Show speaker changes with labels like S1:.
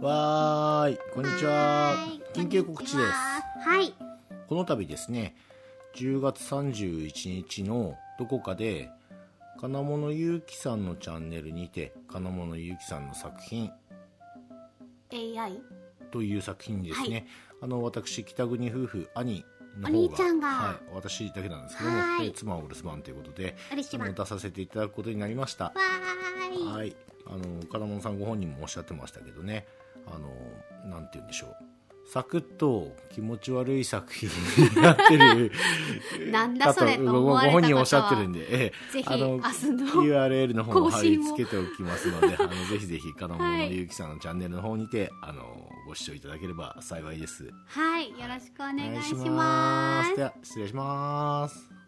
S1: わーい、こんにちは
S2: はーい。
S1: 緊急告知です。
S2: はい。
S1: この度ですね、10月31日のどこかで、金物ゆうきさんのチャンネルにて、金物ゆうきさんの作品
S2: AI。
S1: という作品にですね、あの、私、北国夫婦、兄の方が、
S2: お兄ちゃんが
S1: はい、私だけなんですけど
S2: は
S1: も、
S2: ーい
S1: で妻はお留守番ということで、
S2: お留守番
S1: あの出させていただくことになりました。
S2: わーい。
S1: はい、あの金物さんご本人もおっしゃってましたけどねあのなんて言うんでしょうサクッと気持ち悪い作品になってる
S2: なんだそれと
S1: ご
S2: 思
S1: ご
S2: われた方は
S1: 本人おっしゃってるんで、ええ
S2: ぜひ
S1: あの
S2: 明日の
S1: URL の方 も
S2: 更
S1: 貼り
S2: 新を
S1: 付けておきますので あのぜひぜひ金物
S2: は
S1: の
S2: い
S1: ゆうきさんのチャンネルの方にて、あのご視聴いただければ幸いです
S2: はい。よろしくお願いし
S1: お願いしま
S2: ますす
S1: で。は失礼します